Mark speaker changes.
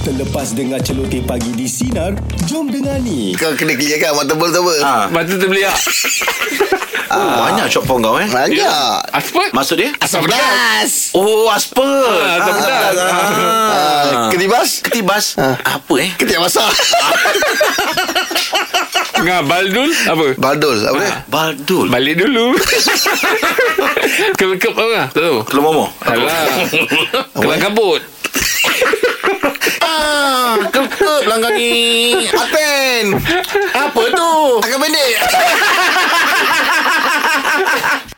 Speaker 1: Terlepas dengar celoteh pagi di Sinar, jom dengar ni.
Speaker 2: Kau kena clear kan Mata bol sama
Speaker 3: Ha.
Speaker 4: Batu terbeliak
Speaker 3: Oh, banyak shop pong kau eh.
Speaker 2: Banyak
Speaker 4: Aspat
Speaker 3: Maksud dia?
Speaker 2: Asam pedas
Speaker 3: Oh, aspa.
Speaker 4: asam pedas.
Speaker 3: Ah.
Speaker 2: Ketibas
Speaker 3: Ketibas. Apa eh?
Speaker 2: Ketiak basah
Speaker 4: Dengan baldul Apa
Speaker 2: Baldol Apa dia
Speaker 3: Baldul.
Speaker 4: Balik dulu Kelengkap apa lah Tak tahu
Speaker 3: Keluar momo.
Speaker 4: Alah Kelang kabut
Speaker 3: Ah, kelkep langgang ni.
Speaker 2: Aten
Speaker 3: Apa tu?
Speaker 2: Agak pendek